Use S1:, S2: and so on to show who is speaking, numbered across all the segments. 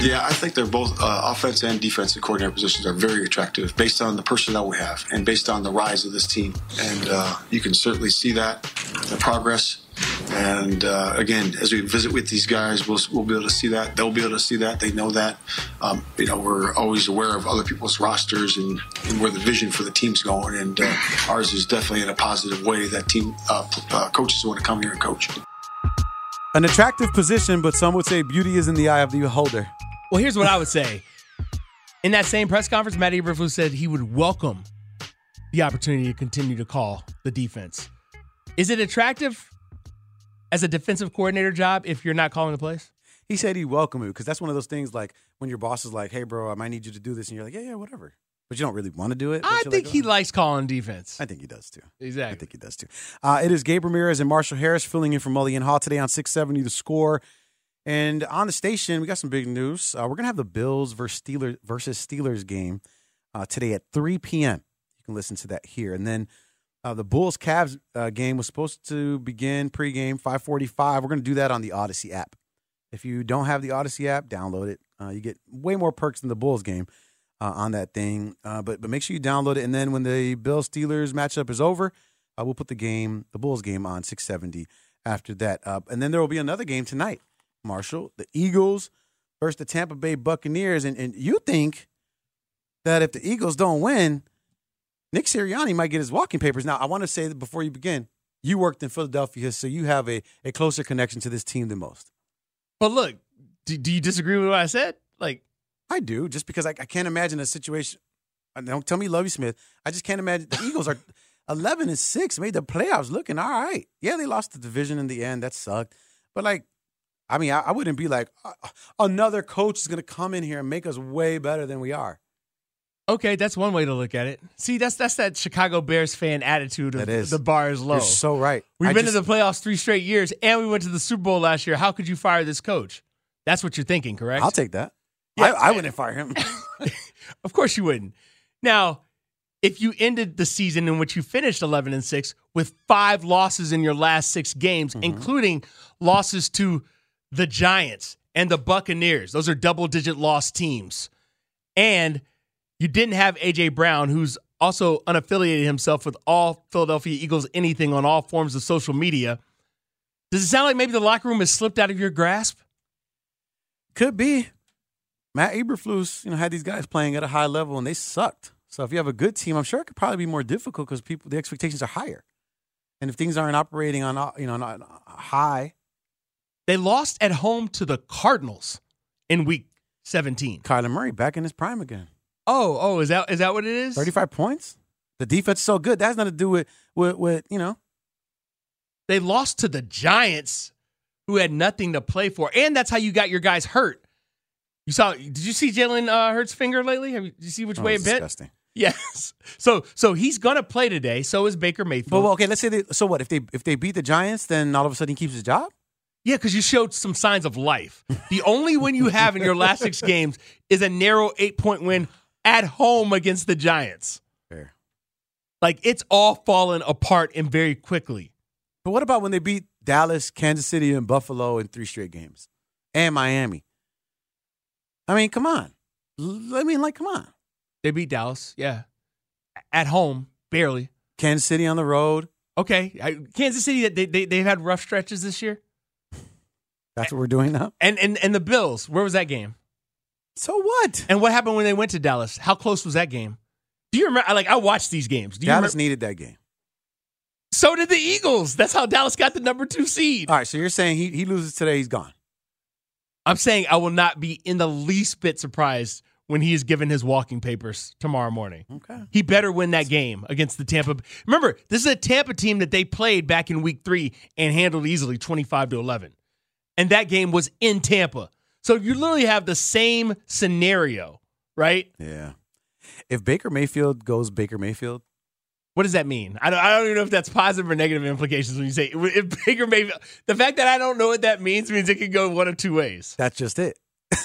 S1: Yeah, I think they're both uh, offense and defensive coordinator positions are very attractive based on the personnel we have and based on the rise of this team. And uh, you can certainly see that the progress. And uh, again, as we visit with these guys, we'll, we'll be able to see that. They'll be able to see that. They know that. Um, you know, we're always aware of other people's rosters and, and where the vision for the team's going. And uh, ours is definitely in a positive way that team uh, p- uh, coaches want to come here and coach.
S2: An attractive position, but some would say beauty is in the eye of the beholder.
S3: Well, here's what I would say. In that same press conference, Matt Eberflus said he would welcome the opportunity to continue to call the defense. Is it attractive as a defensive coordinator job if you're not calling the plays?
S2: He said he welcomed it because that's one of those things like when your boss is like, "Hey, bro, I might need you to do this," and you're like, "Yeah, yeah, whatever," but you don't really want to do it. but
S3: I
S2: you're
S3: think
S2: like,
S3: he
S2: "Oh."
S3: likes calling defense.
S2: I think he does too. I
S3: Exactly.
S2: think he does too. Uh, it is Gabe Ramirez and Marshall Harris filling in for Mully and Haw today on 670 The Score. And on the station, we got some big news. Uh, we're going to have the Bills versus Steelers, versus Steelers game uh, today at 3 p.m. You can listen to that here. And then uh, the Bulls Cavs uh, game was supposed to begin pregame 545. We're going to do that on the Odyssey app. If you don't have the Odyssey app, download it. Uh, you get way more perks than the Bulls game uh, on that thing. Uh, but but make sure you download it. And then when the Bill Steelers matchup is over, uh, we'll put the game, the Bulls game, on 670 after that. Uh, and then there will be another game tonight, Marshall. The Eagles versus the Tampa Bay Buccaneers. And, and you think that if the Eagles don't win, Nick Sirianni might get his walking papers. Now, I want to say that before you begin, you worked in Philadelphia, so you have a, a closer connection to this team than most.
S3: But look, do, do you disagree with what I said? Like,
S2: I do, just because I, I can't imagine a situation. uh, Don't tell me Lovey Smith. I just can't imagine the Eagles are eleven and six, made the playoffs, looking all right. Yeah, they lost the division in the end. That sucked. But like, I mean, I, I wouldn't be like "Uh, another coach is going to come in here and make us way better than we are.
S3: okay, that's one way to look at it. See, that's that's that Chicago Bears fan attitude of
S2: That is.
S3: the bar is low.
S2: You're so right.
S3: We've
S2: I
S3: been
S2: just-
S3: to the playoffs three straight years, and we went to the Super Bowl last year. How could you fire this coach? That's what you're thinking, correct?
S2: I'll take that.
S3: Yeah.
S2: I, I wouldn't fire him.
S3: Of course you wouldn't. Now, if you ended the season in which you finished 11 and 6 with five losses in your last six games,
S2: Mm-hmm.
S3: including losses to the Giants and the Buccaneers, those are double digit loss teams. And you didn't have A.J. Brown, who's also unaffiliated himself with all Philadelphia Eagles anything on all forms of social media. Does it sound like maybe the locker room has slipped out of your grasp?
S2: Could be. Matt Eberflus, you know, had these guys playing at a high level and they sucked. So if you have a good team, I'm sure it could probably be more difficult because people the expectations are higher. And if things aren't operating on uh, you know not uh, high,
S3: They lost at home to the Cardinals in week 17.
S2: Kyler Murray back in his prime again,
S3: Oh, oh, is that is that what it is?
S2: 35 points. The defense is so good that has nothing to do with with, with you know.
S3: They lost to the Giants, who had nothing to play for, and that's how you got your guys hurt. You saw? Did you see Jalen uh, Hurts' finger lately? Have you, did you see which
S2: Oh,
S3: way it
S2: it's
S3: bent?
S2: disgusting.
S3: Yes. So, so he's gonna play today. So is Baker Mayfield.
S2: But well, okay, let's say they. So what if they if they beat the Giants, then all of a sudden he keeps his job?
S3: yeah, because you showed some signs of life. The only win you have in your last six games is a narrow eight point win at home against the Giants.
S2: Fair.
S3: Like it's all fallen apart and very quickly.
S2: But what about when they beat Dallas, Kansas City, and Buffalo in three straight games, and Miami? I mean, come on. L- I mean, like, come on.
S3: They beat Dallas. Yeah, at home barely.
S2: Kansas City on the road, Okay, I, Kansas City they, they they've had rough stretches this year,
S3: That's what we're doing now.
S2: and and and the Bills. Where was that game?
S3: So what?
S2: And what happened when they went to Dallas? How close was that game? Do you remember? Like I watched these games. Do you
S3: Dallas
S2: remember?
S3: needed that game.
S2: So did the Eagles. That's how Dallas got the number two seed.
S3: All right, so you're saying he, he loses today, he's gone.
S2: I'm saying I will not be in the least bit surprised when he is given his walking papers tomorrow morning.
S3: Okay.
S2: He better win that game against the Tampa. Remember, this is a Tampa team that they played back in week three and handled easily 25 to 11. And that game was in Tampa. So you literally have the same scenario, right?
S3: Yeah. If Baker Mayfield goes Baker Mayfield,
S2: What does that mean? I don't, I don't even know if that's positive or negative implications when you say if Baker Mayfield. The fact that I don't know what that means means it could go one of two ways.
S3: that's just it.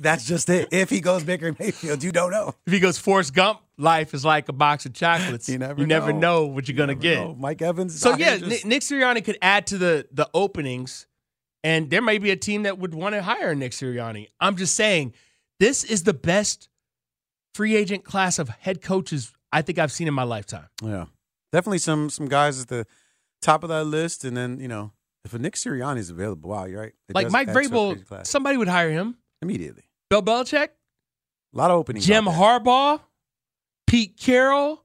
S3: that's just it. If he goes Baker Mayfield, you don't know.
S2: If he goes Forrest Gump, life is like a box of chocolates.
S3: You never know.
S2: know what you're gonna get.
S3: No, Mike Evans.
S2: So
S3: I
S2: yeah,
S3: just-
S2: Nick, Nick Sirianni could add to the the openings, and there may be a team that would want to hire Nick Sirianni. I'm just saying, this is the best free agent class of head coaches I think I've seen in my lifetime.
S3: Yeah, definitely some some guys at the top of that list, and then you know if a Nick Sirianni is available, wow, you're right. It
S2: like
S3: does
S2: Mike
S3: add to a crazy
S2: Vrabel,
S3: class.
S2: somebody would hire him.
S3: immediately.
S2: Bill Belichick,
S3: A lot of openings.
S2: Jim
S3: out there.
S2: Harbaugh, Pete Carroll.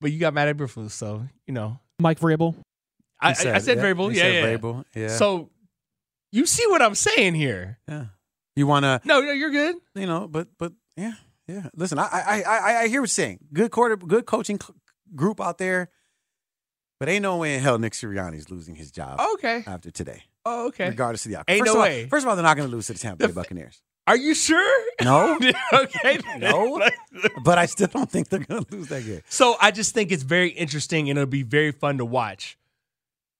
S2: But you got Matt Eberflus, so you know.
S4: Mike Vrabel.
S2: I, I-
S3: He
S2: I said Vrabel.
S3: he
S2: Yeah,
S3: said
S2: yeah.
S3: Vrabel. Yeah.
S2: So you see what I'm saying here?
S3: yeah, you want to,
S2: No, no, you're good.
S3: you know, but but yeah, yeah. Listen, I I I, I- I hear what you're saying. Good quarter, good coaching cl- group out there, but ain't no way in hell Nick Sirianni's losing his job
S2: okay.
S3: after today,
S2: Oh, okay.
S3: regardless of the outcome.
S2: Ain't
S3: first
S2: no
S3: of all,
S2: way.
S3: First of all, they're not going to lose to the Tampa
S2: The
S3: Bay
S2: f-
S3: Buccaneers.
S2: Are you sure?
S3: No,
S2: okay.
S3: No. but I still don't think they're going to lose that game.
S2: So I just think it's very interesting and it'll be very fun to watch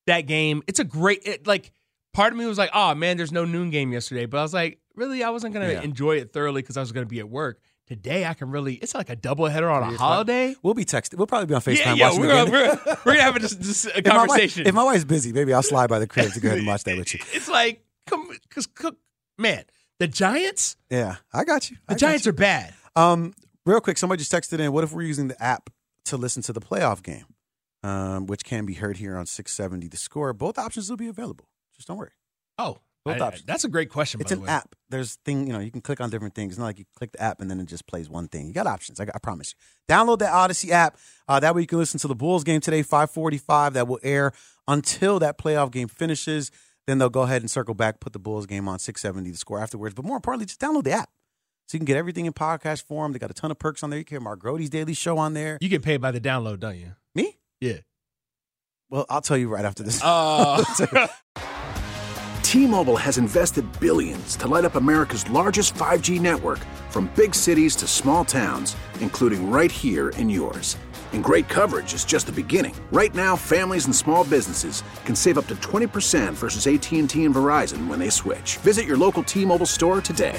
S2: that game. It's a great it, like part of me was like, "Oh man, there's no noon game yesterday." But I was like, "Really? I wasn't going to
S3: Yeah.
S2: enjoy it thoroughly cuz I was going to be at work. Today I can really It's like a doubleheader on
S3: Three
S2: a
S3: o'clock.
S2: holiday."
S3: We'll be texting. We'll probably be on FaceTime
S2: Yeah, yeah,
S3: watching
S2: we're
S3: the
S2: gonna,
S3: game.
S2: we're, we're gonna have a, dis- dis- a
S3: If my wife-
S2: conversation.
S3: if my wife's busy, maybe I'll slide by the crib to go ahead and watch that with you.
S2: it's like, come, cause, come- man, the Giants,
S3: Yeah, I got you.
S2: the
S3: I got
S2: Giants are bad.
S3: you. Um, real quick, somebody just texted in. What if we're using the app to listen to the playoff game, um, which can be heard here on 670 The Score? Both options will be available. Just don't worry.
S2: Oh,
S3: Both
S2: I-
S3: options.
S2: that's a great question.
S3: It's
S2: by
S3: an
S2: the way.
S3: app. There's thing you know you can click on different things. It's not like you click the app and then it just plays one thing. You got options. I, got- I promise you. Download that Odyssey app. Uh, that way you can listen to the Bulls game today, 5:45. That will air until that playoff game finishes. Then they'll go ahead and circle back, put the Bulls game on 670 to score afterwards. But more importantly, just download the app so you can get everything in podcast form. They got a ton of perks on there. You can hear Mark Grody's daily show on there.
S2: You get paid by the download, don't you?
S3: Me?
S2: Yeah.
S3: Well, I'll tell you right after this.
S2: Uh,
S5: T-Mobile has invested billions to light up America's largest 5G network from big cities to small towns, including right here in yours. And great coverage is just the beginning. Right now, families and small businesses can save up to 20% versus AT&T and Verizon when they switch. Visit your local T-Mobile store today.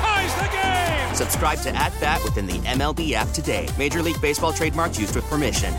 S6: ties the game.
S7: Subscribe to At Bat within the MLB app today. Major League Baseball trademarks used with permission.